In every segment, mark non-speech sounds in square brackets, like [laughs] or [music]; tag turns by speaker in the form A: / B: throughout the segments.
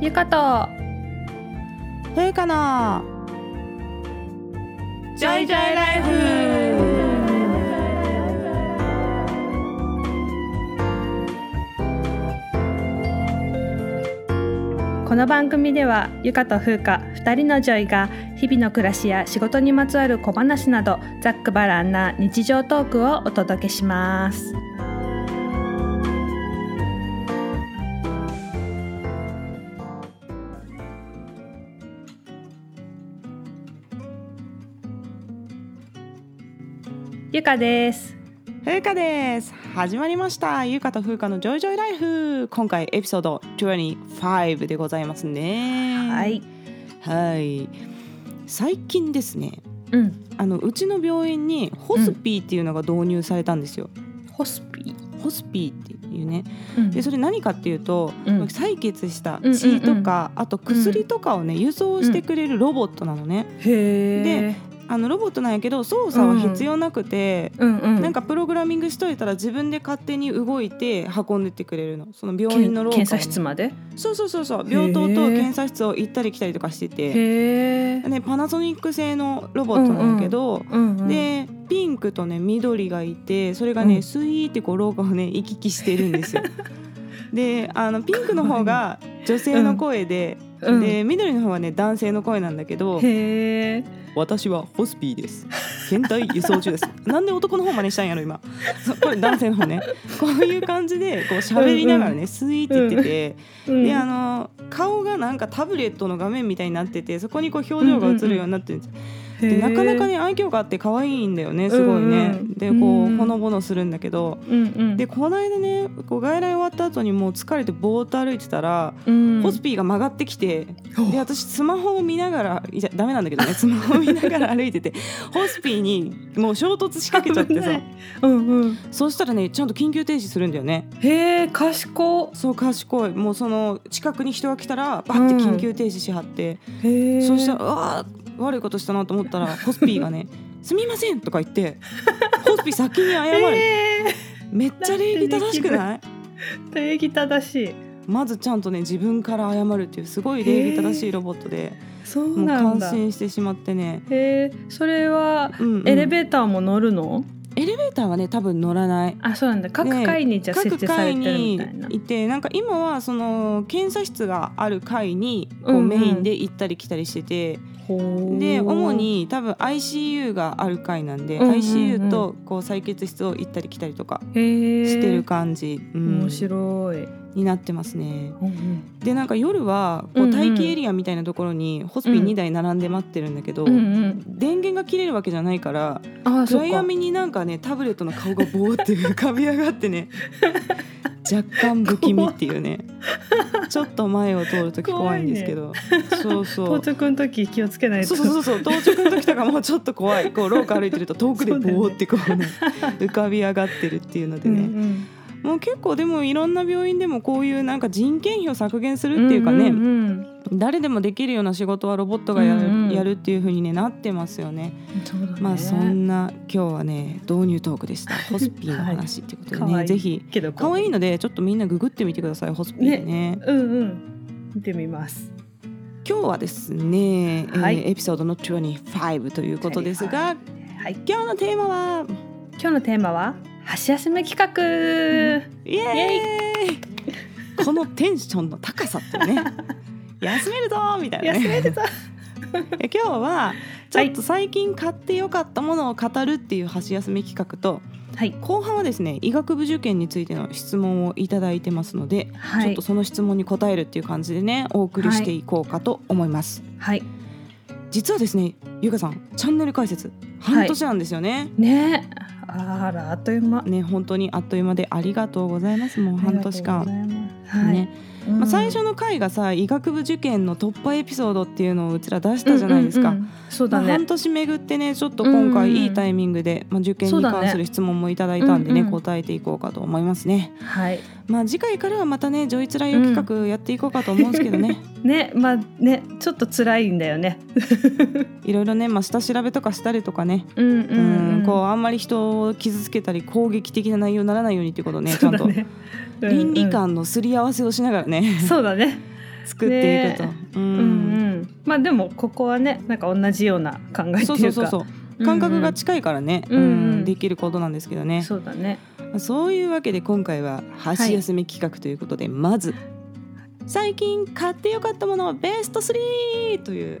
A: ゆかと
B: ふうかな
A: ジョイジョイライフこの番組ではゆかとふうか2人のジョイが日々の暮らしや仕事にまつわる小話などざっくばらんな日常トークをお届けします。ゆかです。
B: ふうかです始まりましたゆうかとふうかのジョイジョイライフ今回エピソード25でございますね
A: はい、
B: はい最近ですね
A: うん、
B: あのうちの病院にホスピーっていうのが導入されたんですよ、
A: ホスピ
B: ホスピーっていうね
A: ー。
B: でそれ何かっていうと、
A: うん
B: 採血した
A: うん
B: 血とか、あと薬とかをね輸送してくれるロボットなのね、
A: へえ。
B: あのロボットなんやけど操作は必要なくて、
A: うんうん。
B: なんかプログラミングしといたら自分で勝手に動いて運んでってくれるのその病院の廊下をね
A: 検査室まで。
B: そうそうそうそう病棟と検査室を行ったり来たりとかしてて、
A: へえ。
B: ね、パナソニック製のロボットなんやけど、
A: うんうん、
B: でピンクとね緑がいてそれがね、
A: うん
B: スイーってこう廊下をね行き来してるんで
A: [laughs]
B: すよ。であのピンクの方が女性の声で、
A: うん
B: で緑の方はね男性の声なんだけど、
A: へえ。
B: 私はホスピーです。検体輸送中です。なんで男の方真似したんやろ今。そうこれ男性の方ね。こういう感じでこう喋りながらね、スイーって言ってて、であの顔がなんかタブレットの画面みたいになってて、そこにこう表情が映るようになってるんです。
A: へ
B: で
A: ー
B: なかなか。ね愛嬌があって可愛いんだよね。す
A: う
B: ごいね。
A: んうん
B: でこ
A: う
B: うんほのぼのするんだけど。
A: うんうん。
B: でこの間ねこう外来終わった後にもう疲れてぼーっと歩いてたら、
A: うん、
B: ホスピーが曲がってきて
A: お
B: で私スマホを見ながらいやダメなんだ
A: [laughs]
B: けどねスマホを見ながら歩いててホスピーにもう衝突しかけちゃっ
A: [laughs]
B: て
A: 危な
B: さ
A: いうんうん。
B: そうしたらねちゃんと緊急停止するんだよね
A: へえ、賢。
B: そう賢いもうその近くに人が来たらバッて緊急停止しはって、
A: へえ。
B: そうしたらうわー悪いことしたなと思ったらホスピーがね
A: [laughs]
B: 「すみません」とか言ってホスピー先に謝る、
A: へ [laughs] え。
B: めっちゃ礼儀正しくない
A: 礼儀正しい。
B: まずちゃんとね自分から謝るっていうすごい礼儀正しいロボットで、
A: そう
B: もう
A: なん
B: 感
A: だ。
B: 心してしまってね、
A: へえ、それは。
B: うんうん
A: エレベーターも乗るの、
B: エレベーターはね多分乗らない
A: あそうなんだ各階にじゃあ設
B: 各
A: 置され
B: 階
A: てるみ
B: に
A: たいない
B: てなんか今はその検査室がある階に
A: う
B: こ
A: んう
B: うんメインで行ったり来たりしてて、で主、に多分 ICU がある階なんで、
A: うんうんうん
B: ICU とこう採血室を行ったり来たりとか
A: ほうへえ
B: してる感じ、うん
A: 面白い、
B: になってますね
A: うんうん
B: でなんか夜はこ
A: う
B: うん
A: うん
B: 待機エリアみたいなところにホスピー2台並んで待ってるんだけど、
A: うん
B: 電源が切れるわけじゃないから
A: うん、あそ
B: 暗
A: っか
B: 闇になんかねタブレットの顔がボーって浮かび上がっ
A: [laughs]
B: てね若干不気味っていうねちょっと前を通る時怖いんですけど、そうそ
A: 到
B: う。
A: 着の時気をつけない
B: そ
A: と
B: うそうそうそう到着の時とかもうちょっと怖いこう廊下歩いてると遠くで
A: そうだよね
B: ボーってこうね浮かび上がってるっていうので
A: うんう
B: ね、
A: ん
B: もう結構でもいろんな病院でもこういうなんか人件費を削減するっていうかね、
A: んんうん
B: 誰でもできるような仕事はロボットがやる,、
A: うんうん
B: やるっていう風に、ね、なってますよね。
A: そうだね
B: まあそんな今日はね導入トーク
A: [laughs]
B: でしたホスピーの話ってことでね、
A: はい
B: ぜひ
A: けど
B: 可
A: い
B: 愛いのでちょっとみんなググってみてくださいホスピーでね
A: うんうん見てみます
B: 今日はですね、
A: はい
B: えーエピソードの25ということですが
A: はい
B: 今日のテーマは
A: 今日のテーマは箸休め企画、
B: イエーイ [laughs] このテンションの高さって
A: [laughs]
B: ね休めるぞーみたいなね
A: 休め
B: [laughs]
A: るぞ
B: え今日はちょっと最近買ってよかったものを語るっていう箸休め企画と
A: はい
B: 後半はですね医学部受験についての質問をいただいてますので、
A: は
B: ちょっ
A: い
B: とその質問に答えるっていう感じでねお送りしていこうかと思います、
A: はい
B: 実はですねゆかさんチャンネル解説
A: い
B: 半年なんですよね、
A: ねあらあっという間
B: ね本当にあっという間でありがとうございますもう半年
A: あり
B: 間
A: がとうございますはい、
B: ね
A: うん
B: まあ、最初の回がさ医学部受験の突破エピソードっていうのをうちら出したじゃないですか、
A: うんうんうんそうだ
B: まあ、
A: ね
B: 半年巡ってねちょっと今
A: うん
B: 回
A: うん
B: いいタイミングで、まあ、受験
A: そう
B: に
A: だね
B: 関する質問もいただいたんでね
A: うんうん
B: 答えていこうかと思いますね。
A: はい
B: まあ次回からはまたね「ジョイツライオ企画」やっていこうかと思うんですけどね、
A: ねまあねちょっと辛いんだよね
B: [laughs] いろいろね、まあ、下調べとかしたりとかね、
A: うん
B: う
A: うんん、うん、
B: こうあんまり人を傷つけたり攻撃的な内容にならないようにっていうことをねち
A: そ
B: ゃ
A: うんだ
B: と、
A: ね、うんうん
B: 倫理観のすり合わせをしながらね、
A: そうだね
B: 作っていくと、
A: う
B: う
A: んんまあでもここはねなんか同じような考えっていうか
B: そうそうそうそう感覚が
A: う
B: 近いからね、
A: うんうん
B: うんできることなんですけど
A: んう
B: ね
A: ん、そうだね
B: そういうわけで今回は箸休め企画ということで、まず最近買ってよかったものベスト3という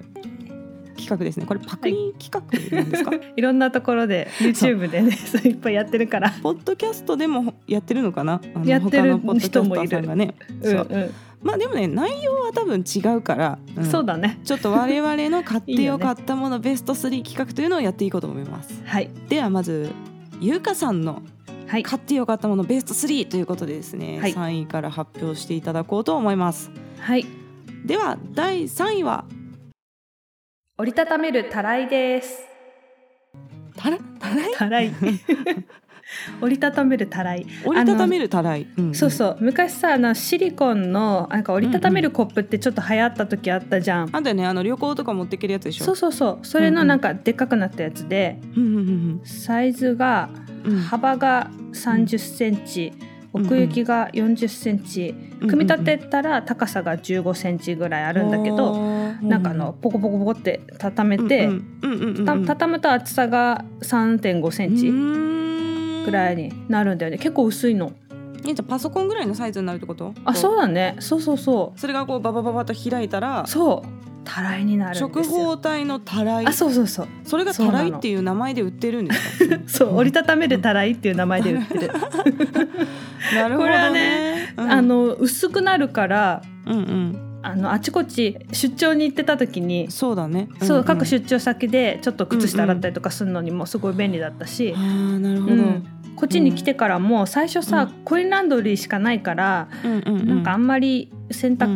B: 企画ですねこれパクリ企画なんですか、
A: [laughs] いろんなところで YouTube でね [laughs] そういっぱいやってるから
B: [laughs] ポッドキャストでもやってるのかなあの
A: やってる
B: 他のポッドキャスターさんがね
A: うん
B: そうまあでもね内容は多分違うから、
A: う
B: う
A: ん
B: ん
A: そう
B: だ
A: だね
B: ちょっと我々の買って
A: いいよ
B: よ
A: ね
B: かったものベスト3企画というのをやっていこうと思います
A: はい
B: ではまずゆうかさんの
A: はい
B: 買ってよかったものベスト3ということでですね、
A: はい
B: 3位から発表していただこうと思います
A: はい
B: では第3位は
A: 折りたためるたらいです
B: たらたらい
A: た [laughs] らい折りたためるたらい
B: 折りたためるたらい、ん
A: そうそう昔さあのシリコンのなんか折りたためるコップってちょっと流行った時あったじゃん、
B: あんたねあの旅行とか持っていけるやつでしょ
A: そうそうそうそれのなんかでっかくなったやつで、
B: うんうん
A: サイズが
B: うんうん
A: 幅が3 0ンチ、
B: うん
A: 奥行きが4 0ンチ、
B: うん
A: 組み立てたら高さが1 5ンチぐらいあるんだけど、なんかあのポコポコポコって畳めて、
B: うんうんうんうん
A: た畳むと厚さが3 5センチぐらいになるんだよね結構薄いの
B: えじゃあパソコンぐらいのサイズになるってこと
A: あそううだねそうそうそ
B: それがこうバババババッと開いたら
A: うそうたらいになるんで
B: 食
A: すよ
B: 包体のたらい
A: あそうそうそう
B: それがたらいっていう名前で売ってるんですか
A: そう折りたためるたらいっていう名前で売ってる
B: なるほどね
A: これはね
B: うん
A: あの薄くなるから
B: うんうん
A: あのあちこち出張に行ってた時に
B: そうだね
A: そう、
B: んん
A: 各出張先でちょっと靴下洗ったりとかするのにもすごい便利だったし、
B: あーなる
A: う
B: ほ
A: ん
B: ど、
A: こっちに来てからも最初さ、
B: うん
A: コインランドリーしかないから、
B: うんうんう
A: なんかあんまり洗濯、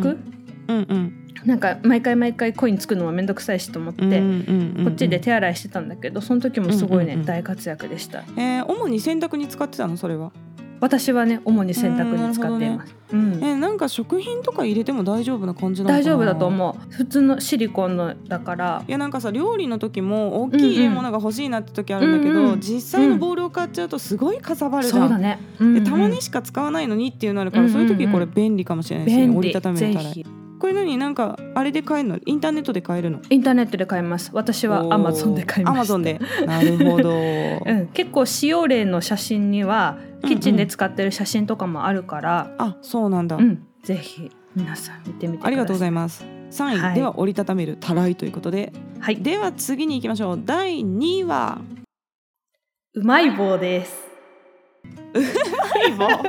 B: うんうん
A: なんか毎回毎回コインつくのは面倒くさいしと思って、
B: うんうんうん
A: こっちで手洗いしてたんだけどその時もすごいね、
B: うんうんうん
A: 大活躍でした
B: えー、主に洗濯に使ってたのそれは、
A: 私はね主に洗濯に使っています、うん
B: えー、なんか食品とか入れても大丈夫な感じなのかな
A: 大丈夫だと
B: う
A: 思う普通のシリコンのだから
B: いやなんかさ料理の時も大きい入れ物が欲しいなって時あるんだけど、
A: うんうん
B: 実際のボールを買っちゃうとすごいかさばるじゃん、
A: そうだね、うんう
B: で
A: ん
B: たまにしか使わないのにっていうのあるか
A: う
B: ら、
A: んうん
B: そううんいう時これ便利かもしれないですね
A: 便
B: 折
A: 利
B: りたため
A: ぜ
B: たら
A: ひ
B: これ何なんかあれで買えるのインターネットで買えるの
A: インターネットで買います私はアマゾンで買い
B: アマ
A: ます
B: ゾンでなるほど、
A: [laughs] うん、結構使用例の写真には
B: うん
A: キッチンで使ってる写真とかもあるから、
B: あそうなんだ、
A: うんぜひ皆さん見てみてください
B: ありがとうござ
A: い
B: います3位、
A: はい
B: では折りたためるたらいということで
A: ます、はい、
B: では次に行きましょう第2位は
A: うまい棒です
B: うまい棒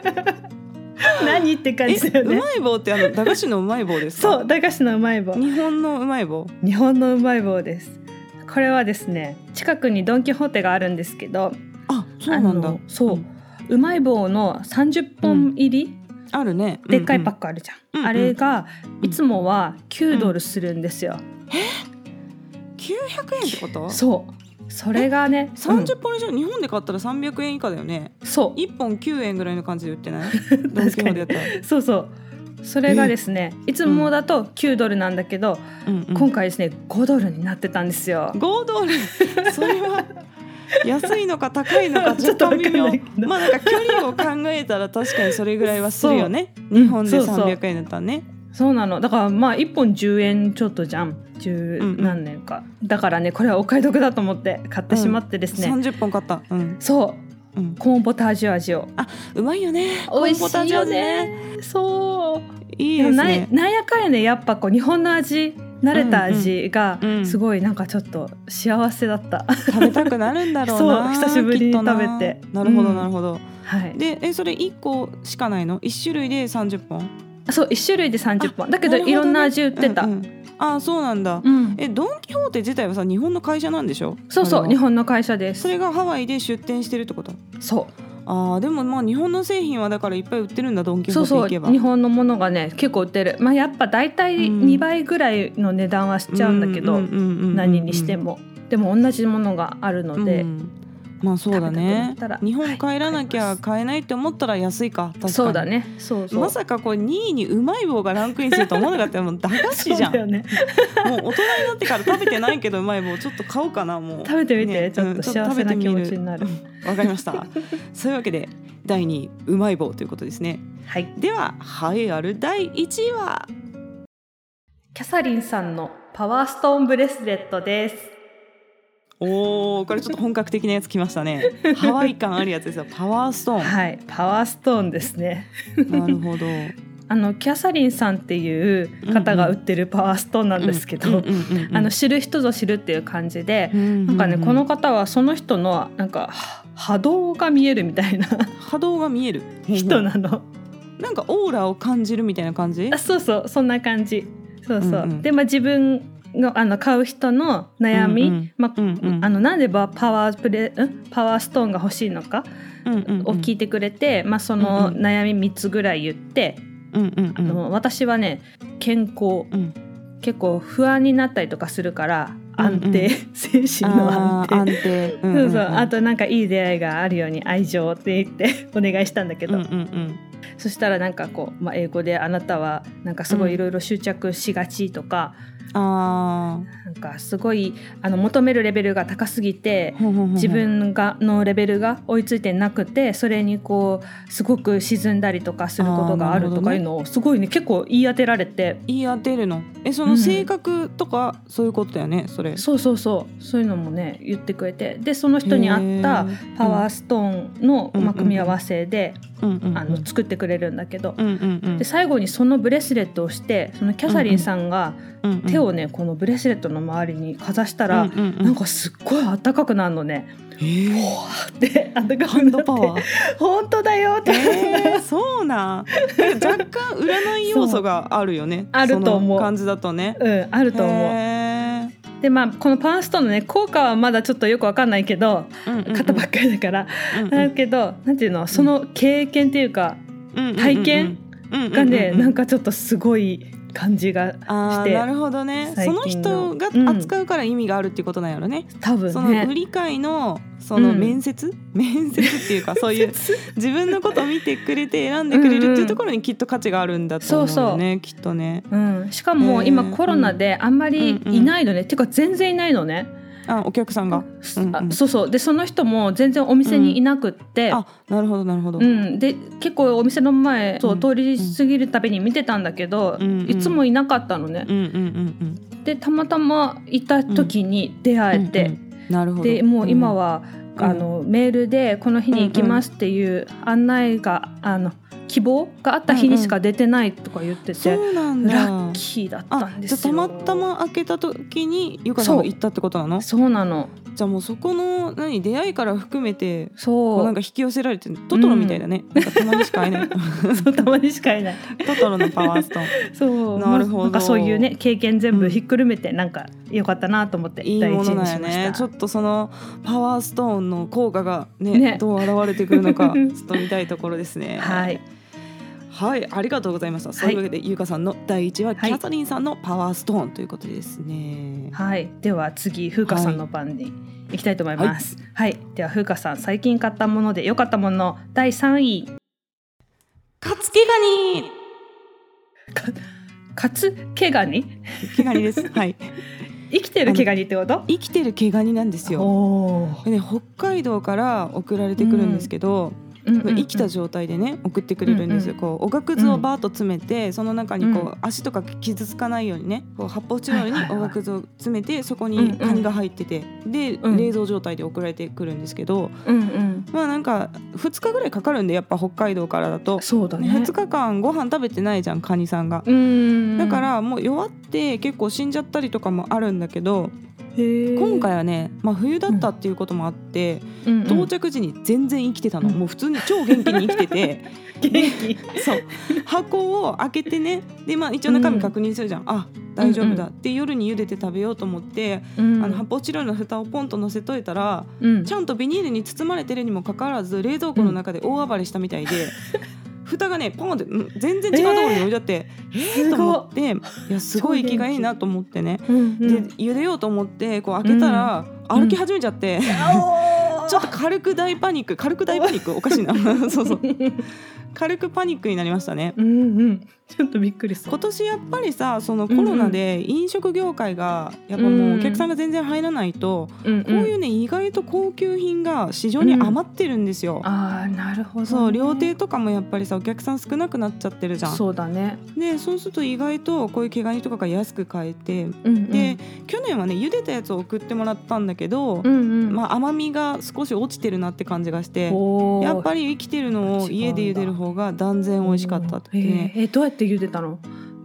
A: 何って感じだ
B: え
A: よ
B: う
A: ね
B: まい棒ってあの駄菓子のうまい棒ですか
A: そう駄菓子のうまい棒
B: 日本のうまい棒
A: 日本のうまい棒ですこれはですね近くにドン・キホーテがあるんですけど
B: あそうなん
A: あ
B: だ
A: のそう、
B: ん
A: うまい棒の30本入り、
B: あるね
A: でっかいパッ
B: ク、
A: クあるじゃん、
B: うんうん
A: あれが
B: う
A: い
B: ん
A: つもは9ドルするんですよ、
B: うんうん900円ってこと
A: そうそれがね
B: 30本以上、日本で買ったら300円以下だよね
A: うんそう
B: 1本9円ぐらいの感じで売って
A: [laughs]
B: ないドンキホーテやったら、
A: そうそうそれがですねいつもだと9ドルなんだけど、
B: うんうん
A: 今回ですね5ドルになってたんですよ。
B: 5ドル [laughs] それは安いのか高いの
A: [laughs]
B: か
A: ちょっと
B: 若
A: わか
B: 干
A: んな
B: 微
A: いけど
B: 妙まあなんか距離を考えたら確かにそれぐらいはするよね
A: そう
B: 日本で
A: うんそうそう
B: 300円だったらね
A: そうなのだからまあ1本10円ちょっとじゃん十
B: うんうん
A: 何年か、だからねこれはお買い得だと思って買ってしまってですね、
B: 30本買ったうん
A: そう
B: うん
A: コーンポタージュ味を
B: うまいよね
A: 美味
B: コーンポター
A: しい
B: ジュ
A: よ
B: 味ね
A: ねそう
B: いい
A: で
B: で
A: も
B: す
A: な
B: ね
A: いなんやかんやねやっぱこう日本の味慣れた味が
B: うんうん
A: すごいなんかちょっと幸せだった、 [laughs]
B: 食べたくなるんだろうな
A: そう久しぶりに
B: きっとな
A: 食べて
B: なるほ
A: う
B: ど
A: ん
B: なるほど、
A: はい
B: でえそれ1個しかないの1種類で30本
A: そう一種類で30本だけど
B: なるほどね
A: いろんな味売ってた、
B: う
A: うんん
B: うんあそうなんだえドン・キホーテ自体はさ日本の会社なんでしょ
A: そうそ
B: あ
A: う
B: れは
A: 日本の会社で
B: そ
A: す
B: れがハワイで出店してるってこと
A: そ
B: あーでもまあ日本の製品はだからいっぱい売ってるんだドン・
A: う
B: キ
A: そ
B: ホー
A: う
B: テ行
A: そう
B: けば
A: 日本のものがね結構売ってるまあやっぱ大体
B: うん
A: 2倍ぐらいの値段はしちゃうんだけど、何
B: 何
A: にしても、でも同じものがあるので、
B: まあそうだ
A: 食
B: ね
A: べたくなったら
B: 日本帰らなき
A: は
B: ゃ
A: い買います
B: 買えないって思ったら安いか確かに
A: そうだねそうそう
B: まさかこう2位にうまい棒がランクインすると思わなかったよもう駄菓子じ
A: そうだ
B: ゃんもう
A: よね
B: 大人になってから食べてないけどうまい棒ちょっと買おうかなもう
A: 食べてみて、
B: ね
A: ちょ
B: う
A: っ
B: ん
A: と
B: ょっ
A: 幸せ
B: と食べ
A: な
B: てみ
A: 気持ちになる、
B: わかりました
A: [laughs]
B: そういうわけで第2位うまい棒ということですね
A: はい
B: では栄えある第1位は
A: キャサリンさんのパワーストーンブレスレットです。
B: おおこれちょっと本格的なやつきまし
A: [laughs]
B: たねハワイ感あるやつですよパワーストーン、
A: はい、パワーストーンですね。
B: なるほど
A: あのキャサリンさんっていう方が売ってるパワーストーンなんですけど、あの知る人ぞ知るっていう感じで、
B: な
A: なんかねこの方はその人のなんかは波動が見えるみたいな
B: 波動が見える
A: 人なの。
B: なんかオーラを感じるみたいな感じ
A: あそうそうそんな感じ。そうそう。
B: うんうん
A: でまあ自分のあの買う人の悩み、
B: うんうん
A: まあ
B: うんうん
A: あのなんでばパワープレんパワーストーンが欲しいのか
B: うんうんうん
A: を聞いてくれて、まあ、その
B: うんう
A: 悩み3つぐらい言って、
B: うんうんうん
A: あの私はね健康
B: うん
A: 結構不安になったりとかするから安定、
B: うん
A: 精神の安
B: あー
A: 定。
B: 定うん
A: そ
B: うんうん
A: うそうあとなんかいい出会いがあるように愛情って言ってお願いしたんだけ
B: うん
A: ど、
B: うんうん
A: そしたらなんかこう、まあ、英語で「あなたはなんかすごいいろいろ執着しがち」とか、
B: あ
A: なんかすごいあの求めるレベルが高すぎて
B: ーほんほんほんほん
A: 自分がのレベルが追いついてなくてそれにこうすごく沈んだりとかすることがあるとかいうのをすごいね結構言い当てられて
B: 言い当てるのえそうの
A: ん
B: 性格とかそういうことだよねそれ
A: そうそうそうそういうのもね言ってくれてでその人に合ったパワーストーンの
B: うん
A: まあ組み合わせで、
B: ー
A: あの作ってくれるんだけど、
B: うんうんうん
A: で最後にそのブレスレットをしてそのキャサリンさんが
B: うんうん
A: 手をねこのブレスレットの周りにかざしたら、
B: うんうんうん
A: なんかすっごい暖かくなるのね。
B: えー
A: ほわーって暖かくなって
B: [laughs] ハンドパワー
A: 本当だよって、
B: [laughs] えー、そうなんなんか若干占い要素があるよね
A: そうあると思う
B: その感じだとね
A: うん、あると思う。
B: へー
A: でまあこのパワーストーンのね効果はまだちょっとよくわかんないけど
B: うんうんうん
A: 型ばっかりだから、
B: うんうん
A: だけどなんていうのその経験っていうか
B: うんうんうん
A: 体験がね、
B: ううう
A: なんかちょっとすごい感じがし
B: あー
A: て
B: なるほどね
A: 最
B: その
A: 近の
B: 人が扱うから意味があるっていうことなんやろね、
A: 多分
B: その売
A: ね。
B: り買いのそ
A: う
B: の
A: ん
B: 面接、面接っ
A: [laughs]
B: ていうかそういう自分のことを見てくれて選んでくれるっていうところにきっと価値があるんだと思うよねきっとね
A: うん、しかも
B: へー
A: 今コロナであんまりいないのね、てか全然いないのね、
B: あお客さんがうんうん
A: あそうそうでその人も全然お店にいなくって、
B: あなるほどなるほど、
A: うん、で結構お店の前そううん通り過ぎるたびに見てたんだけど、
B: うんうん
A: いつもいなかったのね
B: う、んうんうん
A: でたまたまいた時に出
B: う
A: 会
B: ん
A: えて、
B: うんうんなるほど
A: でもう今は、
B: うん
A: あのメールで「この日に行きます」っていう案内が、あの希望があった日にしか出てないとか言ってて、
B: そうなんだ
A: ラッキーだったん
B: あ
A: で
B: じゃあ
A: す
B: た
A: よ。
B: またま開けた時にゆかさんが行ったってことなの
A: そうなの
B: じゃあもうそこの何出会いから含めてこう
A: そ
B: なん
A: う
B: か引き寄せられてるトトロみたいだね、なんかたまにしか会
A: [laughs]
B: えない
A: そうたまにしかいない
B: トトロのパワーストーン
A: [laughs] そう
B: なるほど
A: なんかそういうね経験全部ひっくるめてなんか良かったなと思って
B: いい
A: 第一
B: もの
A: に
B: だ
A: し
B: よ
A: ました
B: ねちょっとそのパワーストーンの効果がね
A: ね
B: どう現れてくるのか
A: うん
B: ちょっと見たいところですね
A: はい
B: はいありがとうございました、そういうわけでゆうかさんの第一
A: は
B: 話、
A: い
B: キャサリンさんのパワーストーンということですね
A: はいでは次風花さんの番に行きたいと思いますはい、では風花さん最近買ったもので良かったもの第3位 [laughs]
B: カツケガニ
A: カツ毛ガニ
B: 毛ガニ
A: [laughs]
B: ですはい
A: 生きてる毛ガニってこと
B: 生きてる毛ガニなんですよ
A: お
B: でね北海道から送られてくるんですけど、生きた状態でね送ってくれるんですよ、
A: う
B: こうおがくずをバーッと詰めて、その中にこう、足とか傷つかないようにねこう発泡スチロール
A: はいはいはい
B: におがくずを詰めてそこ
A: うんう
B: に
A: ん
B: カニが入ってて、で、
A: うん
B: 冷蔵状態で送られてくるんですけど
A: うんうん
B: まあなんか2日ぐらいかかるんでやっぱ北海道からだと、
A: そうだね
B: 2日間ご飯食べてないじゃんカニさんが。
A: うん
B: だからもう弱って結構死んじゃったりとかもあるんだけど、今
A: 今
B: 回はね、まあ、冬だったっていうこともあって、到着時に全然生きてたの、
A: うん
B: もう普通に超元気に生きてて。
A: [laughs] 元気
B: そう箱を開けてねで、まあ、一応中身確認するじゃん、あ大丈夫だ、
A: う
B: で夜に茹でて食べようと思って、あの発泡スチロールの蓋をポンと乗せといたら、
A: うん
B: ちゃんとビニールに包まれてるにもかかわらず冷蔵庫の中で大暴れしたみた
A: [laughs]
B: いで、蓋がねポンってうん全然違うところに置いちゃって、えー
A: すごい
B: と思っていやすごい息がいいなと思ってね、
A: うんう
B: で
A: ん
B: 茹でようと思ってこう開けたら、
A: ん
B: 歩き始めちゃって。 [laughs]
A: [laughs]
B: ちょっと軽く大パニック軽く大パニックおかしいなそうそう軽くパニックになりましたね。
A: うんうん。ちょっとびっくりする。
B: 今年やっぱりさそのコロナで飲食業界がやっぱ
A: うん
B: も
A: う
B: うんお客さんが全然入らないと、
A: うんうん、
B: こういうね意外と高級品が市場に余ってるんですよ。
A: ああなるほど、ね。
B: そう料亭とかもやっぱりさお客さん少なくなっちゃってるじゃん
A: そうだね。
B: でそうすると意外とこういう毛ガニとかが安く買えて
A: うんうん、
B: で、去年はね茹でたやつを送ってもらったんだけど、
A: うんうん。
B: まあ、甘みが少し落ちてるなって感じがして
A: お
B: やっぱ
A: り
B: り生きてるの
A: 違うん
B: を
A: だ
B: 家で茹でる方が断然美味しかったってね
A: えーえどうやって茹でたの？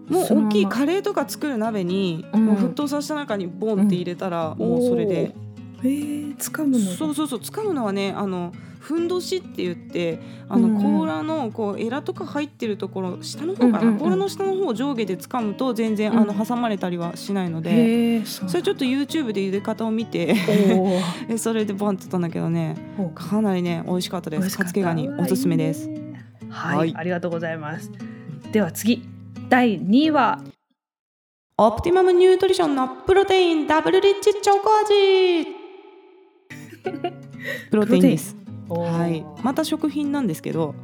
B: もう
A: そのまま
B: 大きいカレーとか作る鍋に、
A: うん
B: もう沸騰させた中にボンって入れたら、もうそれで
A: おー。えー、掴むの。
B: そうそうそう使うのはねあのふんどしって言ってあ
A: う
B: の、
A: んうん
B: 甲羅のこうエラとか入ってるところ下の方かな、
A: うんうんうん
B: 甲羅の下の方を上下で掴むと全然、
A: うん
B: あの挟まれたりはしないので、
A: へえそう。
B: それちょっと YouTube で茹で方を見て
A: お
B: [laughs]
A: ー
B: それでバンってやったんだけどね
A: おー
B: かなりね美味しかったですかつけがにおすすめです。
A: 美味しかったわいいねはい、
B: はい
A: ありがとうございます。では次第二位は
B: オプティマムニュートリションのプロテインダブルリッチチョコ [laughs] 味プロテインですはい、また食品なんですけど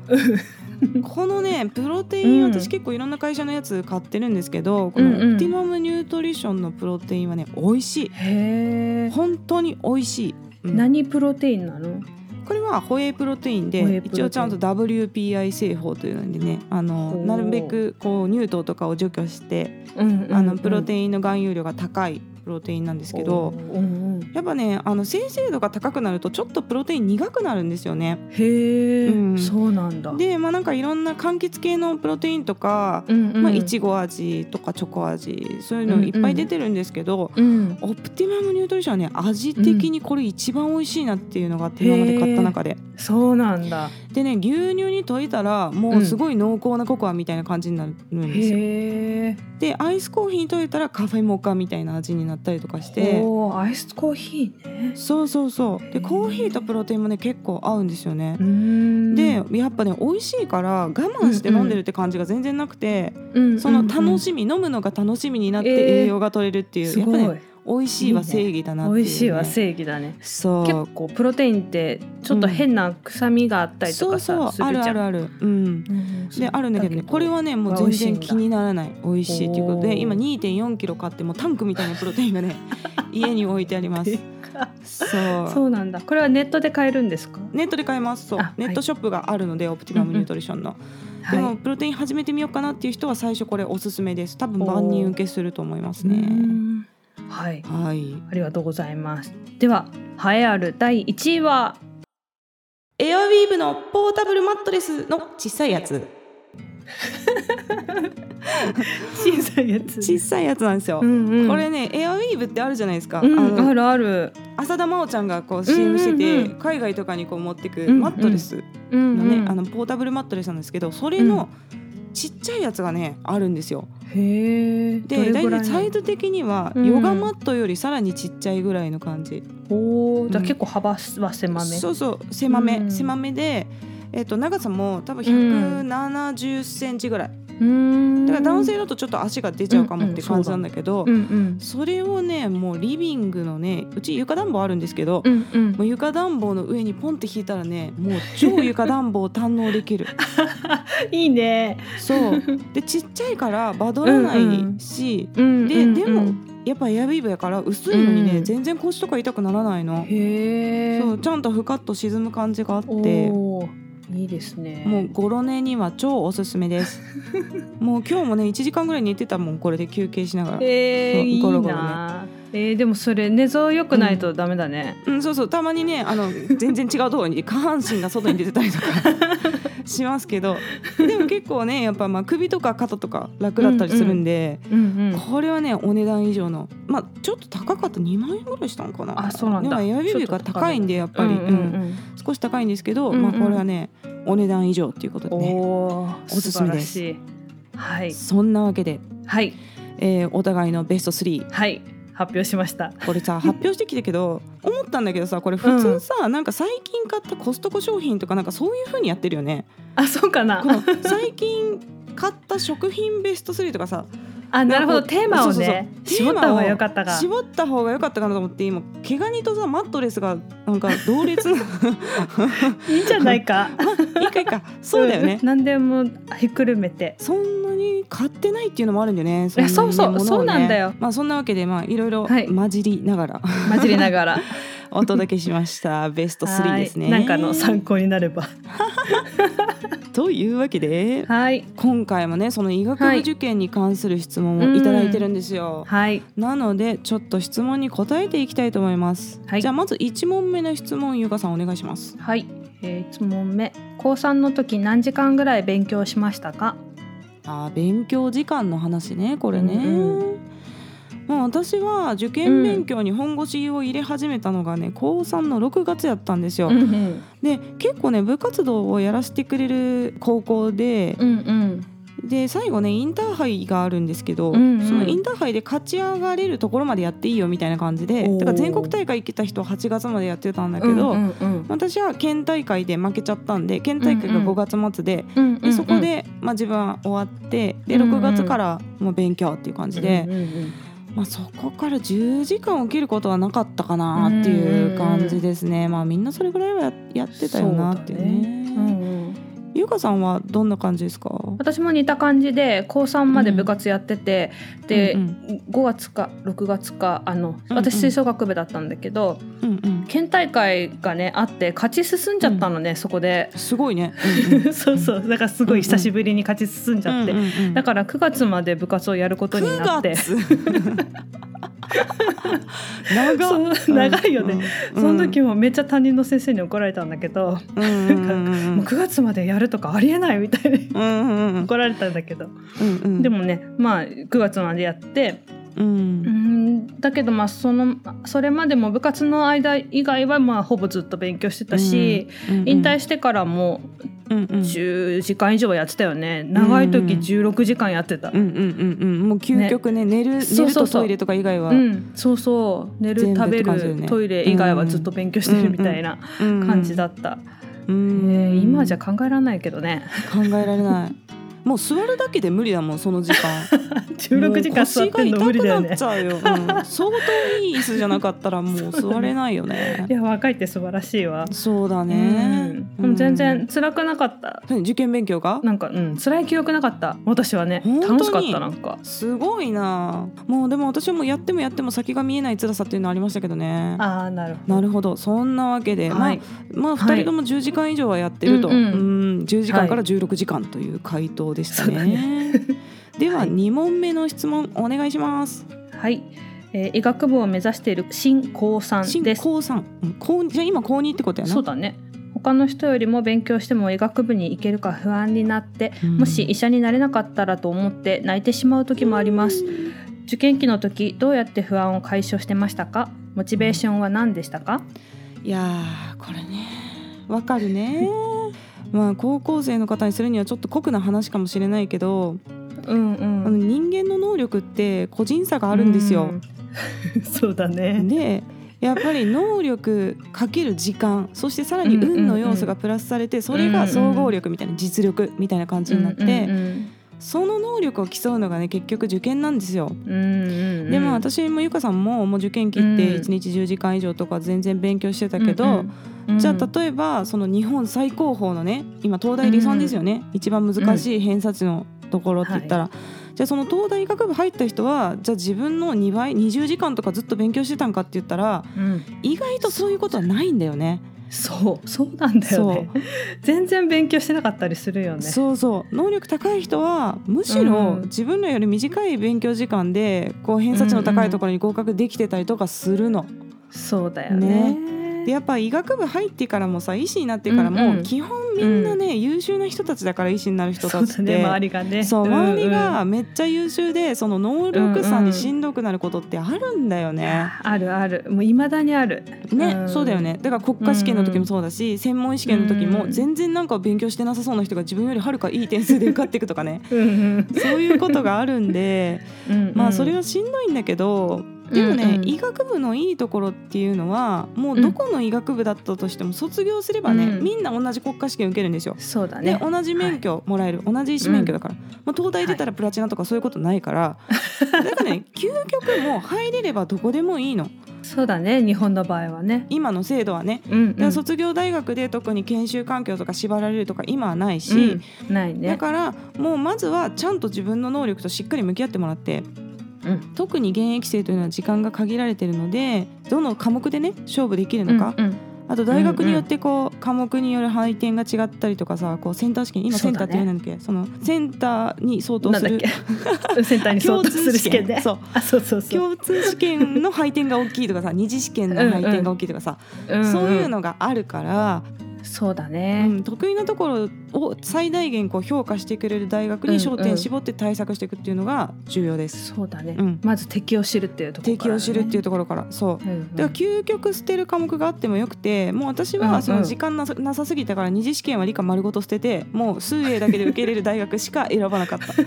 B: このねプロテイン
A: うん
B: 私結構いろんな会社のやつ買ってるんですけど、こ
A: う
B: の
A: んうん
B: オプティマムニュートリションのプロテインはね美味し
A: へえ
B: い。本当に美味しい、うん
A: 何プロテインなの？
B: これはホエイプロテイン
A: ホエイ
B: で
A: プロテイン
B: 一応ちゃんと WPI 製法というのでねあの
A: おー
B: なるべくこう乳糖とかを除去して、
A: うんうんうん
B: あのプロテインの含有量が高いプロテインなんですけ
A: お
B: ど
A: ーうんうん
B: やっぱねあの生成度が高くなるとちょっとプロテイン苦くなるんですよね。
A: へえ、
B: うん
A: そうなんだ。
B: でまあなんかいろんな柑橘系のプロテインとか、
A: うんうん、
B: まあ、いちご味とかチョコ味そういうのいっぱい出てるんですけど、
A: うん、
B: オプティマムニュートリションはね味的にこれ一番美味しいなっていうのがあって
A: うん
B: 今まで買った中で、
A: そうなんだ。
B: でね牛乳に溶いたらもうすごい濃厚なココアみたいな感じになるんですよ、
A: へえ。
B: でアイスコーヒーに溶いたらカフェモカみたいな味になったりとかして
A: おーアイスコーヒーね。
B: そうそうそうでコーヒーとプロテインもね結構合うんですよね
A: う、ーん
B: で、やっぱね美味しいから我慢して飲んでるって感じが全然なくて、その楽
A: い
B: しみ、飲むのが楽しみになっ
A: え
B: て
A: ー
B: 栄養が取れるっていう、
A: す
B: やっ
A: ご
B: ぱ
A: い、
B: ね美味しいは正義だなっていう、ね、
A: 美味しいは正義だね。
B: そう
A: 結構プロテインってちょっと変な臭みがあったりとかさ、
B: そうそうある
A: するじゃ
B: あ
A: ん
B: る。あるうん
A: うん
B: であるんだけどねこれはねもう全然気にならない美味しいっていうこと
A: お
B: で
A: ー
B: 今2 4キロ買ってもうタンクみたいなプロテイン
A: [laughs]
B: がね家に置いてあります
A: で
B: そう
A: [laughs] そうなんだ。これはネットで買えるんですか？
B: ネットで買えますそう
A: あ
B: ネットショップがあるので、オプティマムニュートリションの、でもプロテイン始めてみようかなっていう人は最初これおすすめです多分万人受けすると思います
A: うー
B: ね
A: んはい、
B: はい
A: ありがとうございます。では栄えある第一位は
B: エアウィーヴのポータブルマットレスの小さいやつ
A: 小さいやつ
B: 小さいやつなんですよ、
A: うんうん、
B: これねエアウィーヴってあるじゃないですか、
A: うん
B: あの
A: あるある、
B: 浅田真央ちゃんがこう CM してて、
A: うんうんう
B: 海外とかにこう持ってく
A: うんうん
B: マットレス
A: うん
B: の
A: う
B: ね、
A: ん
B: あのポータブルマットレスなんですけどそれのちっちゃいやつがねあるんですよ
A: へえ
B: で大体サイ
A: ズ
B: ズ的には
A: うん
B: ヨガマットよりさらにちっちゃいぐらいの感じ、
A: おおじゃあ
B: うん
A: 結構幅は狭め、
B: そうそう狭め、
A: うん
B: 狭めで、えっと長さも多分
A: うん
B: 1 7 0ンチぐらい、
A: うーん
B: だから男性だとちょっと足が出ちゃうかもって感じなんだけど、
A: うんうん
B: それをねもうリビングのねうち床暖房あるんですけど、
A: うんうん
B: もう床暖房の上にポンって引いたらねもう超床暖房を堪能
A: [laughs]
B: できる
A: いいね
B: そうでちっちゃいからバドらな
A: うんうん
B: いし、
A: うん
B: で
A: うん
B: で
A: う
B: も
A: ん
B: やっぱエアウィーヴやから薄いのにね、
A: うん
B: 全然腰とか痛くならないの、
A: へえ
B: そうちゃんとふかっと沈む感じがあっても
A: おおいいですね
B: うゴロ寝には超おすすめです
A: [laughs]
B: もう今日もね1時間ぐらい寝てたもんこれで休憩しながら。
A: えー、いい
B: ゴロゴロ
A: なえー、でもそれ寝相良くないとダメだね、
B: うん、そうそうたまにねあの全然違うところに下半身が外に出てた
A: [laughs]
B: りとかしますけどでも結構ねやっぱまあ首とか肩とか楽だったりするんで、
A: うん、うん
B: これはねお値段以上のまあちょっと高かった2万円ぐらいしたのかな
A: あそうなんだ
B: でもエアウィーヴが高いんでやっぱり、
A: うんう
B: うん
A: ん
B: 少し高いんですけど、
A: うんうん
B: まあ、これはねお値段以上っていうこと
A: うん、
B: でね
A: おお
B: おすすめです
A: 素晴らしいはい
B: そんなわけで、
A: はい
B: えーお互いのベスト3
A: はい発表しました
B: これ
A: [laughs]
B: さ発表してきたけど思ったんだけどさこれ普通さ、なんか最近買ったコストコ商品とかなんかそういう風にやってるよね。
A: あそうかな
B: この最近買った食品ベスト3とかさ
A: あなるほどテーマを
B: そうそう
A: ね
B: そう
A: 絞った方が良かったが
B: 絞った方が良かったかなと思って今毛ガニとさマットレスがなんか同列
A: [laughs]
B: な
A: いいんじゃないか
B: いいかいいかそうだよね
A: ん何でもひっくるめて
B: そんなに買ってないっていうのもあるんだよねんなに
A: そうそう
B: 物をね
A: そうなんだよ
B: まあそんなわけでまあいろいろ
A: はい
B: 混じりながら
A: 混じりな
B: [laughs]
A: がら
B: お届けしましたベスト3ですね
A: はいなんかの参考になれば
B: というわけで
A: はい
B: 今回もねその医学部受験に関する質問をいただいてるんですよ、
A: はい
B: なのでちょっと質問に答えていきたいと思います、
A: はい
B: じゃあまず1問目の質問ゆかさんお願いします
A: はい、えー、1問目高三の時何時間ぐらい勉強しましたか
B: あー勉強時間の話ねこれね、
A: うん
B: まあ、私は受験勉強に本腰を入れ始めたのがね、高3の6月やったんですよ、
A: うんうん
B: で結構ね部活動をやらせてくれる高校で、
A: うんうん
B: で最後ねインターハイがあるんですけど、
A: うんうん
B: そのインターハイで勝ち上がれるところまでやっていいよみたいな感じで
A: おー
B: だから全国大会行けた人は8月までやってたんだけど、
A: うんうん
B: 私は県大会で負けちゃったんで県大会
A: うん
B: が
A: うん
B: 5月末で,、
A: うんうん
B: でそこで、まあ、自分は終わってで
A: うんうん
B: 6月からもう勉強っていう感じで、
A: うんうん
B: まあ、そこから10時間起きることはなかったかなっていう感じですね、まあみんなそれぐらいはややってたよなっていうね
A: そうだねうんうん
B: ゆかさんはどんな感じですか
A: 私も似た感じで高3まで部活やってて、で、
B: うん
A: 5月か6月かあの
B: うん
A: 私吹奏楽部だったんだけど、
B: うんうん
A: 県大会がねあって勝ち進んじゃったのね、そこで
B: すごいね、
A: [laughs] そうそうだからすごい久しぶりに勝ち進んじゃって、
B: うんうんうん
A: だから9月まで部活をやることになって [laughs]
B: 9月 [laughs] 長っ
A: そう長いよね、
B: うん
A: その時もめっちゃ担任の先生に怒られたんだけど、
B: うんうんうん
A: もう9月までやるとかありえないみたいに
B: うんうんうん
A: 怒られたんだけど、
B: うんうん
A: でもねまあ9月までやってう
B: う
A: んんだけどまあそのそれまでも部活の間以外はまあほぼずっと勉強してたし、引退
B: し
A: してからも
B: うんうん
A: 10時間以上はやってたよね長い時
B: うん
A: 16時間やってた、
B: う
A: うん
B: んうんうんうんもう究極ね寝る
A: そ
B: 寝
A: う
B: る
A: そう
B: と
A: そう
B: トイレとか以外は
A: そうそう寝る
B: 全部
A: 食べ
B: って感じだよ
A: る、
B: ね
A: トイレ以外はずっと勉強してるみたいな感
B: 感
A: じだった、えー今
B: 今
A: じゃ考えられないけどね
B: 考えられないもう座るだけで無理だもんその時
A: [laughs]
B: 間
A: 16時間座ってんの無理だよ
B: も
A: ね
B: う腰が痛くなっちゃうよ、うん相当いい椅子じゃなかったらもう座れないよ
A: [laughs]
B: ね
A: いや若いって素晴らしいわ、
B: そうだね
A: うん、でも全然辛くなかった
B: うん受験勉強が
A: なんかうん辛い記憶なかった私はね
B: 本当に
A: 楽しかったなんか
B: すごいなもうでも私もやってもやっても先が見えない辛さっていうのありましたけどね
A: ああなるほど
B: なるほどそんなわけで、
A: はい、
B: まあ、まあ
A: は
B: 2
A: い
B: 人とも10時間以上はやってると、
A: うんうん
B: うん10時間から16時間という回答でしたね。
A: はい
B: [laughs] では
A: はい
B: 2問目の質問お願いします。
A: はいえー医学部を目指している新高3
B: 新
A: です
B: 高三、うん高じゃあ今高二ってことやな。
A: そうだね他の人よりも勉強しても医学部に行けるか不安になって
B: うん
A: もし医者になれなかったらと思って泣いてしまう時もあります受験期の時どうやって不安を解消してましたかモチベーションは何でしたか
B: いやーこれねわかるね。まあ高校生の方にするにはちょっと酷な話かもしれないけど、
A: うんう
B: あの人間の能力って個人差があるんですよ。
A: うん [laughs] そうだね
B: でやっぱり能力かける時間そしてさらに運の要素がプラスされてそれが総合力みたいな実力みたいな感じになって、
A: うん
B: その能力を競うのがね結局受験なんですよ。
A: うんうんうんうん
B: でも私もゆかさんももう受験期って
A: うん
B: 1日10時間以上とか全然勉強してたけど、
A: うんうん
B: じゃ
A: う
B: あ
A: ん
B: 例えばその日本最高峰のね今東大理算ですよね、一番難しい偏差値のところって言ったら、じゃあその東大医学部入った人はじゃあ自分の2倍20時間とかずっと勉強してたんかって言ったら
A: うん
B: 意外とそういうことはないんだよね。
A: そうそうなんだよね全然勉強してなかったりするよね
B: そうそう能力高い人はむし
A: う
B: ろ
A: ん
B: 自分らより短い勉強時間でこう偏差値の高いところに合格できてたりとかするの。
A: そうだよね
B: でやっぱ医学部入ってからもさ医師になってから
A: うん
B: も
A: うん
B: 基本みんなね、優秀な人たちだから医師になる人
A: そ
B: た
A: う
B: ち
A: だ
B: って。
A: ね周りがね
B: そう周り
A: うんうん
B: がめっちゃ優秀でその能力差にしんどくなることってあるんだよね。
A: あるあるもう未だにある
B: ね、
A: ん
B: そうだよねだから国家試験の時もそうだし、専門試験の時も全然なんか勉強してなさそうな人が自分よりはるかいい点数で受かって
A: [laughs]
B: いくとかね
A: うんうん
B: そういうことがあるんで
A: うんうん
B: まあそれはしんどいんだけどでもね、
A: うんうん
B: 医学部のいいところっていうのはもうどこの医学部だったとしても卒業すればね、
A: うん
B: みんな同じ国家試験受けるんですよ。
A: そうだ
B: で
A: ね。
B: 同じ免許もらえる、同じ医師免許だから、まあ、東大出たらプラチナとかそういうことな
A: [laughs]
B: いから、だからね究極もう入れればどこでもいいの
A: そうだね。日本の場合はね。
B: 今の制度はね。
A: うん、
B: だから卒業大学で特に研修環境とか縛られるとか今はないし、
A: うん、ない
B: だ
A: ね。
B: からもうまずはちゃんと自分の能力としっかり向き合ってもらって
A: うん。
B: 特に現役生というのは時間が限られてるのでどの科目でね勝負できるのか、
A: うんうん
B: あと大学によってこう、科目による配点が違ったりとかさこうセンター試験今センターって言うんだっけそのセンターに相当
A: なんだ
B: す
A: っ
B: る
A: け [laughs] センターに相当する試
B: [laughs]
A: 験で。
B: そう
A: あ、そうそうそう。
B: [laughs] 共通試験の配点が大きいとかさ二次試験の配点が大きいとかさ、
A: んん
B: そういうのがあるから、
A: そうだ
B: う
A: ね。
B: ん、得意なところを最大限こう評価してくれる大学に焦点を絞って対策していくっていうのが重要です。
A: そうだね、
B: うん
A: まず敵を知るっていうところか
B: 敵
A: ら、
B: を
A: ね。
B: 知るっていうところからそ
A: う
B: う
A: んうん。
B: だから究極捨てる科目があってもよくてもう私
A: うんう
B: は
A: ん
B: その時間なさなさすぎたから二次試験は理科丸ごと捨ててもう数英だけで受け入れる大学しか選ばなかった
A: [laughs]
B: そう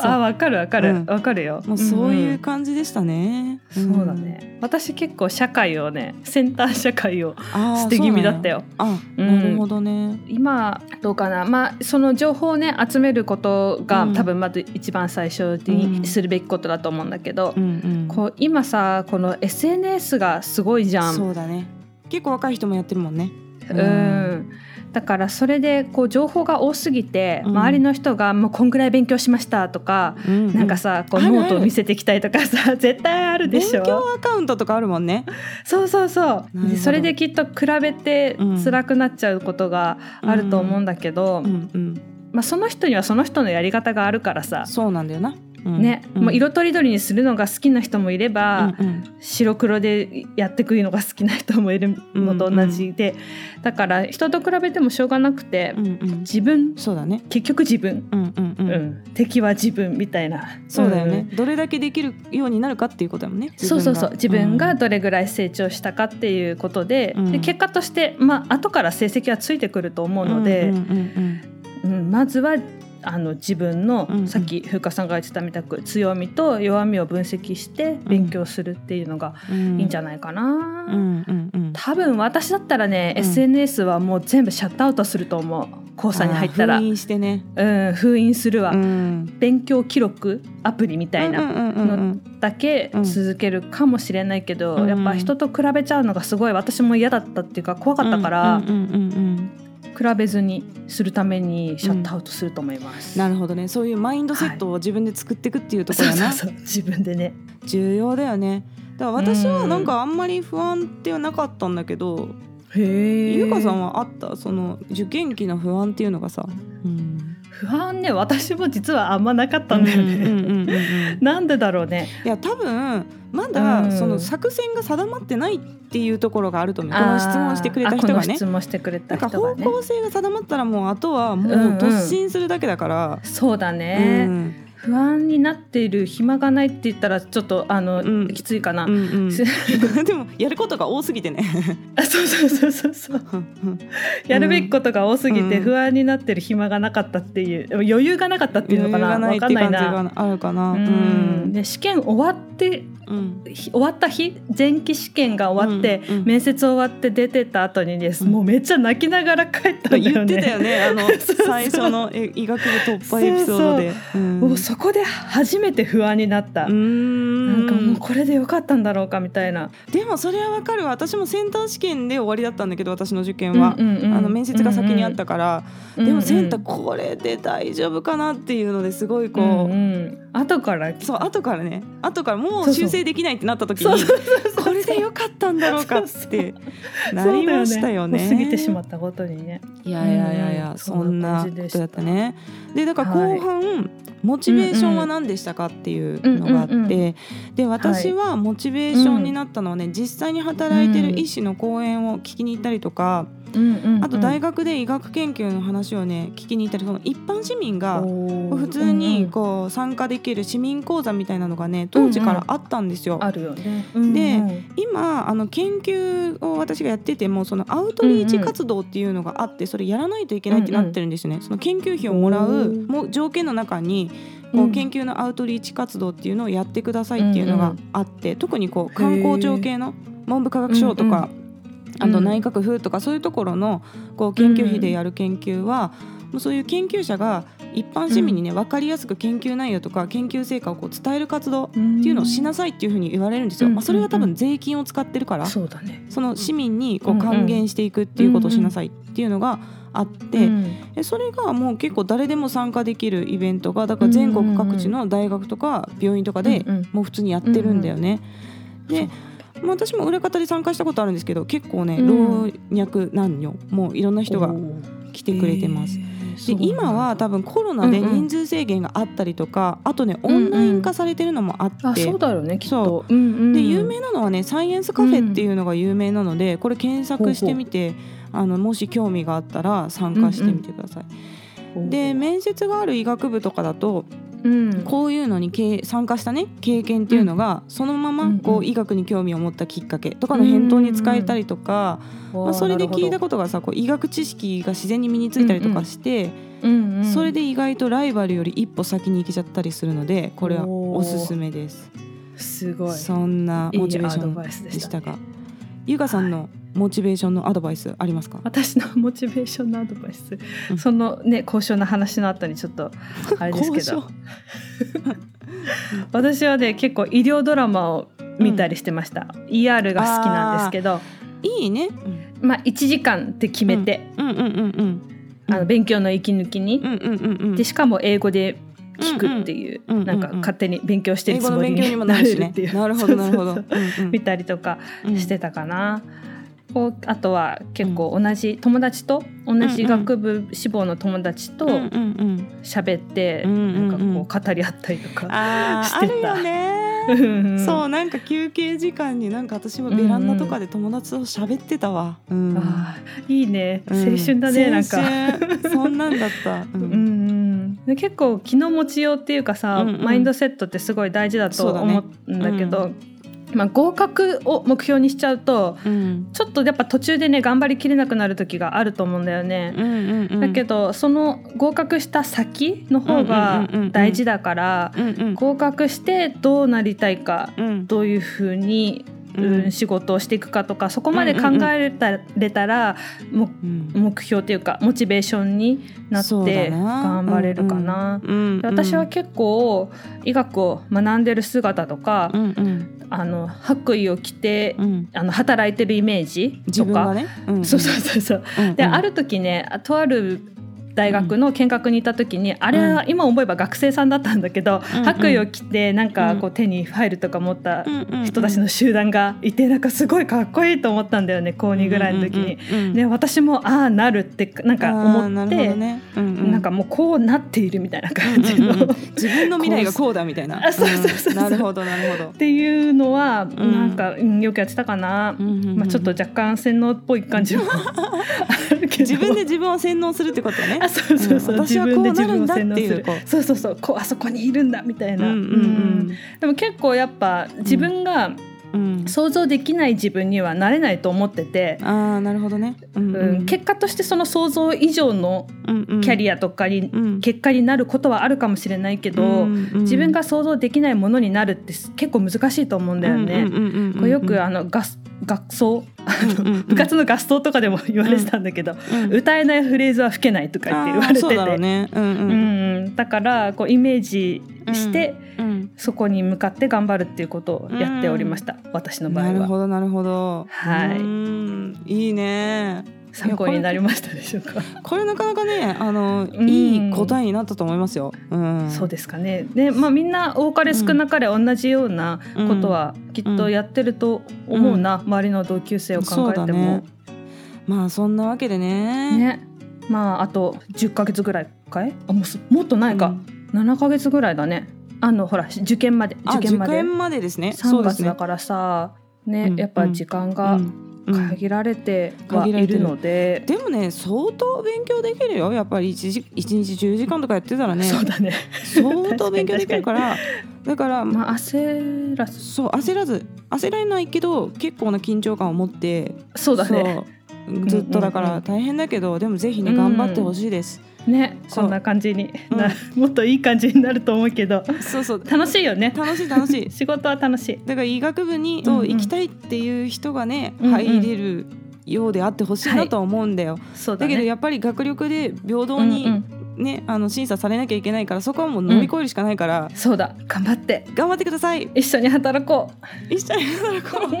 A: あ、わかるわかる
B: う
A: わ
B: ん、
A: かるよ。
B: もうそういうん感じでしたね、
A: うん。そうだね。私結構社会をね、センター社会を
B: あー
A: 捨て気味だったよ。
B: そうなんやあ、
A: うん
B: なるほどね
A: 今どうかな、まあ、その情報をね集めることが、
B: うん
A: 多分まず一番最初
B: うん
A: にするべきことだと思うんだけど、
B: うんうん
A: こう今さこの SNS がすごいじゃん。
B: そうだね結構若い人もやってるもんね
A: うんだからそれでこう情報が多すぎて、
B: うん
A: 周りの人が「もうこんぐらい勉強しました」とか、
B: うん
A: なんかさこう
B: あるある
A: ノートを見せてきたりとかさ [laughs] 絶対あるで
B: 勉
A: しょ
B: 強アカウントとかあるもんね
A: そうそうそ
B: なるほ
A: う
B: ど
A: でそれできっと比べて
B: うん
A: 辛くなっちゃうことがあると思うん
B: だ
A: だけど、
B: うんうん
A: まあ、その人にはその人のやり方があるからさ
B: そうなんだよな、うん
A: ね、もう色とりどりにするのが好きな人もいれば、
B: うんうん
A: 白黒でやってくるのが好きな人もいるのと同じで、だから人と比べてもしょうがなくて、
B: うんうん
A: 自分
B: そうだね
A: 結局自分、
B: うんうんう
A: うん
B: ん、
A: 敵は自分みたいな
B: そうだよ
A: ん
B: ね、どれだけできるようになるかっていうことだもんね
A: そうそうそう自分が
B: ん
A: どれぐらい成長したかっていうことで,、
B: うん
A: で結果として、まあ後から成績はついてくると思うので、
B: うんうんうん
A: うんまずはあの自分の、
B: うんうん
A: さっき風花さんが言ってたみたく強みと弱みを分析して勉強するっていうのが
B: うんうん
A: いいんじゃないかな、
B: うんうんうん
A: 多分私だったらね、
B: うん
A: SNS はもう全部シャットアウトすると思う交差に入った
B: あ
A: ら
B: ー封印してね
A: うん、封印するわ、
B: うんみ
A: 勉強記録アプリみたいな
B: な
A: だけ続けるかもしれないけど、
B: うん
A: やっぱ人と比べちゃうのがすごい私も嫌だったっていうか怖かったから、比べずにするためにシャットアウトすると思います。
B: なるほどねそういうマインドセットを自分で作っていくっていうとこ
A: そう
B: ろや
A: そうそ
B: な
A: う自分でね。
B: 重要だよねだから私は
A: うん
B: なんかあんまり不安ってはなかったんだけど
A: へえ
B: ゆうかさんはあったその受験期の不安っていうのがさうん
A: 不安ね私も実はあんまなかったんだよね。
B: うんうんうんうんうん
A: なんでだろうね。
B: いや多分ま
A: う
B: だ
A: ん
B: その作戦が定まってないっていうところがあると思う、この質問してくれた人
A: あこ
B: が
A: の
B: ね
A: 質問してくれた
B: なんか
A: 人が
B: 方
A: ね。
B: 向性が定まったらもうあとはもう
A: うんうん
B: 突進するだけだから、
A: そうだ
B: う
A: ね、
B: ん
A: 不安になっている暇がないって言ったらちょっとあの、
B: うん
A: きついかな。
B: うんうん
A: す
B: [laughs] でもやることが多すぎてね
A: あ [laughs] そうそうそうそうそう。やるべきことが多すぎて
B: うん
A: 不安になってる暇がなかったっていう、でも余裕がなかったっていうのかな
B: 余
A: わ
B: 裕
A: か
B: が
A: んな
B: な
A: い
B: って感
A: な
B: じがあるかなう
A: うん
B: ん
A: で試験終わって
B: うん
A: ひ終わった日前期試験が終わって、
B: うんうん
A: 面接終わって出てった後にです、
B: うん
A: もうめっちゃ泣きながら帰ったんだ
B: 言
A: よね
B: ってたよねあの
A: [laughs] そうそう
B: 最初のえ医学部突破エピソードでうん
A: もうそこで初めて不安になった、
B: うん
A: なんかもうこれでよかったんだろうかみたいな、
B: でもそれはわかるわ私もセンター試験で終わりだったんだけど私の受験は、
A: うんうんうん
B: あの面接が先にあったから、
A: うんうん
B: でもセンターこれで大丈夫かなっていうのですごいこう、
A: うんうん後から
B: そう後からね後からも
A: そう
B: う
A: そう
B: 修正できないってなった時
A: そう
B: に
A: そうそうそう
B: これでよかったんだろうかっ
A: そう
B: てなりましたよね
A: そうだよねもう過ぎてしまったことにね
B: いやいやいやいや、
A: うん
B: そんな
A: そんな
B: こ
A: 感じでした
B: とだったねでだから
A: はい
B: 後半、モチベーションは何でしたかっていうのがあって、
A: うんうんうんう
B: で私はモチベーションになったのはね、実際に働いてる医師の講演を聞きに行ったりとか、
A: うんうんうん
B: あと大学で医学研究の話をね聞きに行ったりその一般市民が
A: おー
B: 普通にこう参加できる市民講座みたいなのがね当時からあったんですよ。
A: うんうんあるよね。
B: で
A: うんうん
B: 今あの研究を私がやっててもそのアウトリーチ活動っていうのがあってそれやらないといけないってなってるんですね。その研究費をもら
A: お
B: う
A: ー
B: もう条件の中に
A: う
B: こうん研究のアウトリーチ活動っていうのをやってくださいっていうのがあって、特にこう観光庁系の文部科学省とか、
A: うんうん
B: あと内閣府とかそういうところのこう研究費でやる研究は、もうそういう研究者が一般市民にね分かりやすく研究内容とか研究成果をこう伝える活動
A: うん
B: っていうのをしなさいっていうふうに言われるんですよ。
A: うん
B: まあ、それは多分税金を使ってるから、
A: そうだね。
B: その市民にこ
A: う
B: うん
A: うん
B: 還元していくっていうことをしなさいっていうのがあって、
A: うん
B: でそれがもう結構誰でも参加できるイベントがだから全国各地の大学とか病院とかで
A: うんうん
B: もう普通にやってるんだよね。
A: うんうん
B: でまあ私も裏方で参加したことあるんですけど結構ね
A: うん
B: 老若男女もういろんな人が
A: おー
B: 来てくれてます。
A: へーそ
B: で
A: うなんだ
B: 今は多分コロナで
A: うんうん
B: 人数制限があったりとかあとねオンライン化されてるのもあって、
A: あそうだろうねきっと
B: そ。
A: うんうん
B: で有名なのはねサイエンスカフェっていうのが有名なので、これ検索してみてあのもし興味があったら参加してみてください。で面接がある医学部とかだと
A: うん
B: こういうのにけい参加したね経験っていうのが、そのま
A: うんう
B: ま
A: ん
B: こう医学に興味を持ったきっかけとかの返答に使えたりとか、まあ、それで聞いたことがさこう医学知識が自然に身についたりとかして、
A: と、うんうん
B: それで意外とライバルより一歩先に行けちゃったりするのでこれはおすすめです。
A: すごい
B: そんないモチベ
A: い
B: ー
A: ア
B: ショ
A: ド
B: ン
A: バイスで
B: で
A: し
B: したたが、ゆかさんのモチベーションのアドバイスありますか？
A: 私のモチベーションのアドバイス、
B: うん
A: そのね交渉の話の後にちょっ
B: [laughs]
A: とあれですけど
B: 交
A: 私はね結構医療ドラマを見たりしてました、ER が好きなんですけど
B: 渉いいね。
A: まあ1時間って決めて、
B: うんうんうんうんうん
A: あの勉強の息抜きに、
B: うんうんうんうん。
A: でしかも英語で聞くって
B: う
A: いう、
B: うんうん
A: なんか
B: うんうん
A: 勝手に勉強して
B: 英
A: るつ
B: 語の
A: もり
B: 勉強に
A: に
B: も
A: な
B: なる
A: れ
B: し
A: るっ
B: ね
A: ていう。
B: なるほどなるほ
A: [laughs]
B: ど。
A: そううんそうそう見たりとか
B: う
A: [laughs]
B: ん
A: してたかな。こうあとは結構同じ友達と同じ学部志望の友達と
B: うんうんうん。
A: 喋って、
B: うんうんうん
A: なんかこう語り合ったりとか。
B: あ
A: し
B: ああ
A: て
B: る
A: た
B: よね。そ
A: [laughs]
B: う
A: う
B: なんか休憩時間になんか私もベランダとかで友達と喋ってたわ。うん
A: ん。あーいいね青
B: うん
A: 春だね、なんか。
B: 青春そんなんだった。う
A: [laughs] うんうん、で結構気の持ちようっていうかさ、
B: うんうん
A: マインドセットってすごい大事だと
B: そうだね
A: 思うんだけどまあ、合格を目標にしちゃうと
B: うん
A: ちょっとやっぱ途中でね頑張りきれなくなる時があると思うんだよね。
B: うんうんうん。
A: だけどその合格した先の方が
B: うんうんうんうん
A: 大事だから
B: うんうん
A: 合格してどうなりたいか
B: うん
A: どういうふうに、うん、仕事をしていくかとかそこまで考えたれたらも
B: うん
A: 目標というかモチベーションになっ
B: そう
A: て
B: だな
A: 頑張れるかな。
B: うんうん
A: で私は結構医学を学んでる姿とか、
B: うんうん
A: あの白衣を着て、
B: うん
A: あの働いてるイメージ
B: 自
A: と
B: 分
A: か、
B: がね、うんうん
A: そうそうそうそう
B: うんうん
A: で、ある時ねあとある大学の見学に行った時に、あれは今思えば学生さんだったんだけど、
B: うんうん
A: 白衣を着てなんかこう手にファイルとか持った
B: うんうんうん
A: 人たちの集団がいてなんかすごいかっこいいと思ったんだよね高2ぐらいの時に。
B: うんうんうん
A: で私もああなるってなんか
B: あー
A: 思
B: な
A: っ
B: るほ
A: て
B: どねうう
A: なんかもうこうなっているみたいな感じの、
B: うんうんうん
A: っ
B: 自分の未来がこうだみたいな
A: [laughs] あそうそうそうそうん
B: なるほどなるほど、
A: ていうのは
B: ん
A: なんか、うんよくやってたかな、
B: うんうんうん
A: まあ、ちょっと若干洗脳っぽい感
B: [laughs]
A: じもあるけど
B: 自分で自分を洗脳するってことね
A: あそうそうそう、
B: うん私はこうなるんだっていうこう
A: そうそうそうこうあそこにいるんだみたいな、
B: うんうん
A: でも結構やっぱ自分が
B: うんうん
A: 想像できない自分にはなれないと思ってて、
B: ああなるほどね、うん
A: うん結果としてその想像以上のキャリ
B: ア
A: アとかに、
B: うん
A: 結果になることはあるかもしれないけど、
B: うんうん
A: 自分が想像できないものになるって結構難しいと思うんだよね。
B: うんうんうんうん
A: こうよくあのガス学奏
B: うんうんうん
A: 部活の合奏とかでも言われてたんだけど、
B: うん
A: 歌えないフレーズは吹けないとかって言われて
B: あーそうだろ
A: て
B: うねうんう
A: うんん、だからこうイメージして、
B: うん
A: そこに向かって頑張るっていうことをやっておりました、私の場
B: な
A: 合
B: るほ
A: は
B: どなるほど
A: はいう
B: ーんいいね
A: 参考になりましたでしょうか
B: これなかなかねあの
A: うん
B: いい答えになったと思いますよ、うん、
A: そうですかねで、まあ、みんな多かれ少なかれ同じようなことはきっとやってると思うな、周りの同級生を考えても、
B: まあそんなわけでね
A: ねまああと10ヶ月ぐらいかいあもうすもっとないか、7ヶ月ぐらいだねあのほら受験まで
B: あ
A: 受験ま
B: 受
A: で
B: 験までですね
A: 3
B: そうで
A: 月
B: す
A: だ
B: ね
A: からさね
B: うん
A: やっぱ時間が
B: うんうん
A: 限られてはいるので、
B: でもね相当勉強できるよやっぱり一時一日10時間とかやってたらね
A: そうだね、
B: 相当勉強できるからだから
A: まあ、焦らず
B: そう焦らず焦られないけど結構な緊張感を持って
A: そうだね
B: そうずっとだか
A: うんうんう
B: ら
A: ん
B: 大変だけど、でもぜひね
A: うん
B: 頑張ってほしいです、
A: ね
B: そ
A: こ
B: うん
A: な感じに、
B: うん
A: なもっといい感じになると思うけど
B: そうそう
A: 楽しいよね
B: 楽しい楽しい
A: 仕事は楽しい
B: だから医学部に
A: うん
B: そううん行きたいっていう人がね、
A: うんうん
B: 入れるようであってほしいなとは思うんだよ、
A: そうだ
B: だけど
A: ね
B: やっぱり学力で平等に
A: うんうん
B: ね、あの審査されなきゃいけないからそこはもう乗り越えるしかないから、
A: そうだ頑張って
B: 頑張ってください
A: 一緒に働こ
B: 一緒に働こ
A: [laughs]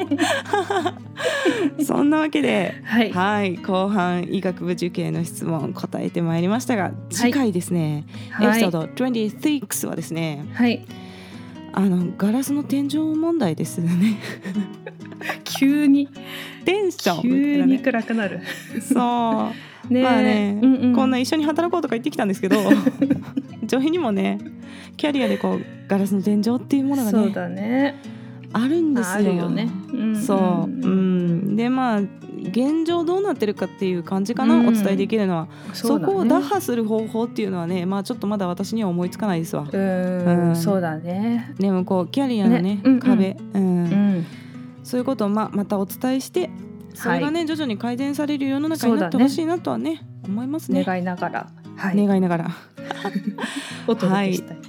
B: うそんなわけで
A: うはい
B: はい後半医学部受験の質問答えてまいりましたが次回ですね、エピソード26はですね
A: はい
B: あのガラスの天井問題で
A: [laughs]
B: すね
A: 急に
B: テンション
A: 急に
B: みた
A: 暗くなる
B: いなねそう
A: ねえ
B: まあね、
A: うんうん、
B: こんな一緒に働こうとか言ってきたんで
A: [laughs]
B: すけど上品にもねキャリアでこうガラスの天井っていうものが
A: そう
B: ね
A: だね
B: あるんですよ
A: あるよね、うん
B: そう、うん、でまあ現状どうなってるかっていう感じかな、
A: うん
B: お伝えできるのは
A: そ
B: そう
A: だね
B: こを打破する方法っていうのはねまあちょっとまだ私には思いつかないですわ
A: う、
B: うんん
A: そうだね
B: でもこうキャリアのね
A: ねうんうん
B: 壁、うん
A: うん
B: そういうことをまあまたお伝えしてそれがね、徐々に改善される世の中になっ
A: そ
B: て
A: うだね
B: ほしいなとはね思いますね
A: 願いながらはい、
B: 願いな
A: [laughs]
B: がら
A: お届けしたいと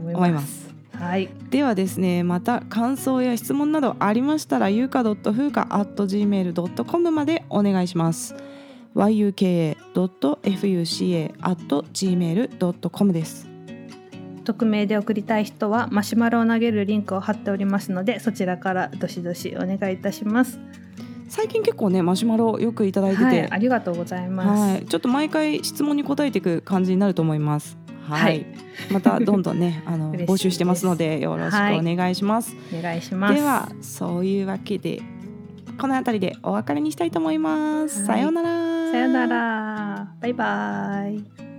A: 思います,、
B: 思います
A: はい
B: ではですねまた感想や質問などありましたらゆうか .fuka.gmail.com までお願いします yuka.fuca.gmail.com です
A: 匿名で送りたい人はマシュマロを投げるリンクを貼っておりますのでそちらからどしどしお願いいたします
B: 最近結構ねマシュマロよくいただいてて、
A: は
B: はい
A: い、ありがとうございます、
B: ちょっと毎回質問に答えていく感じになると思いますはい、
A: はい
B: またどんどん
A: [laughs]
B: ねあの
A: 嬉しいです
B: 募集してますのでよろしくお願いします、
A: お願いします
B: ではそういうわけでこの辺りでお別れにしたいと思います、さようなら
A: さよならバイバイ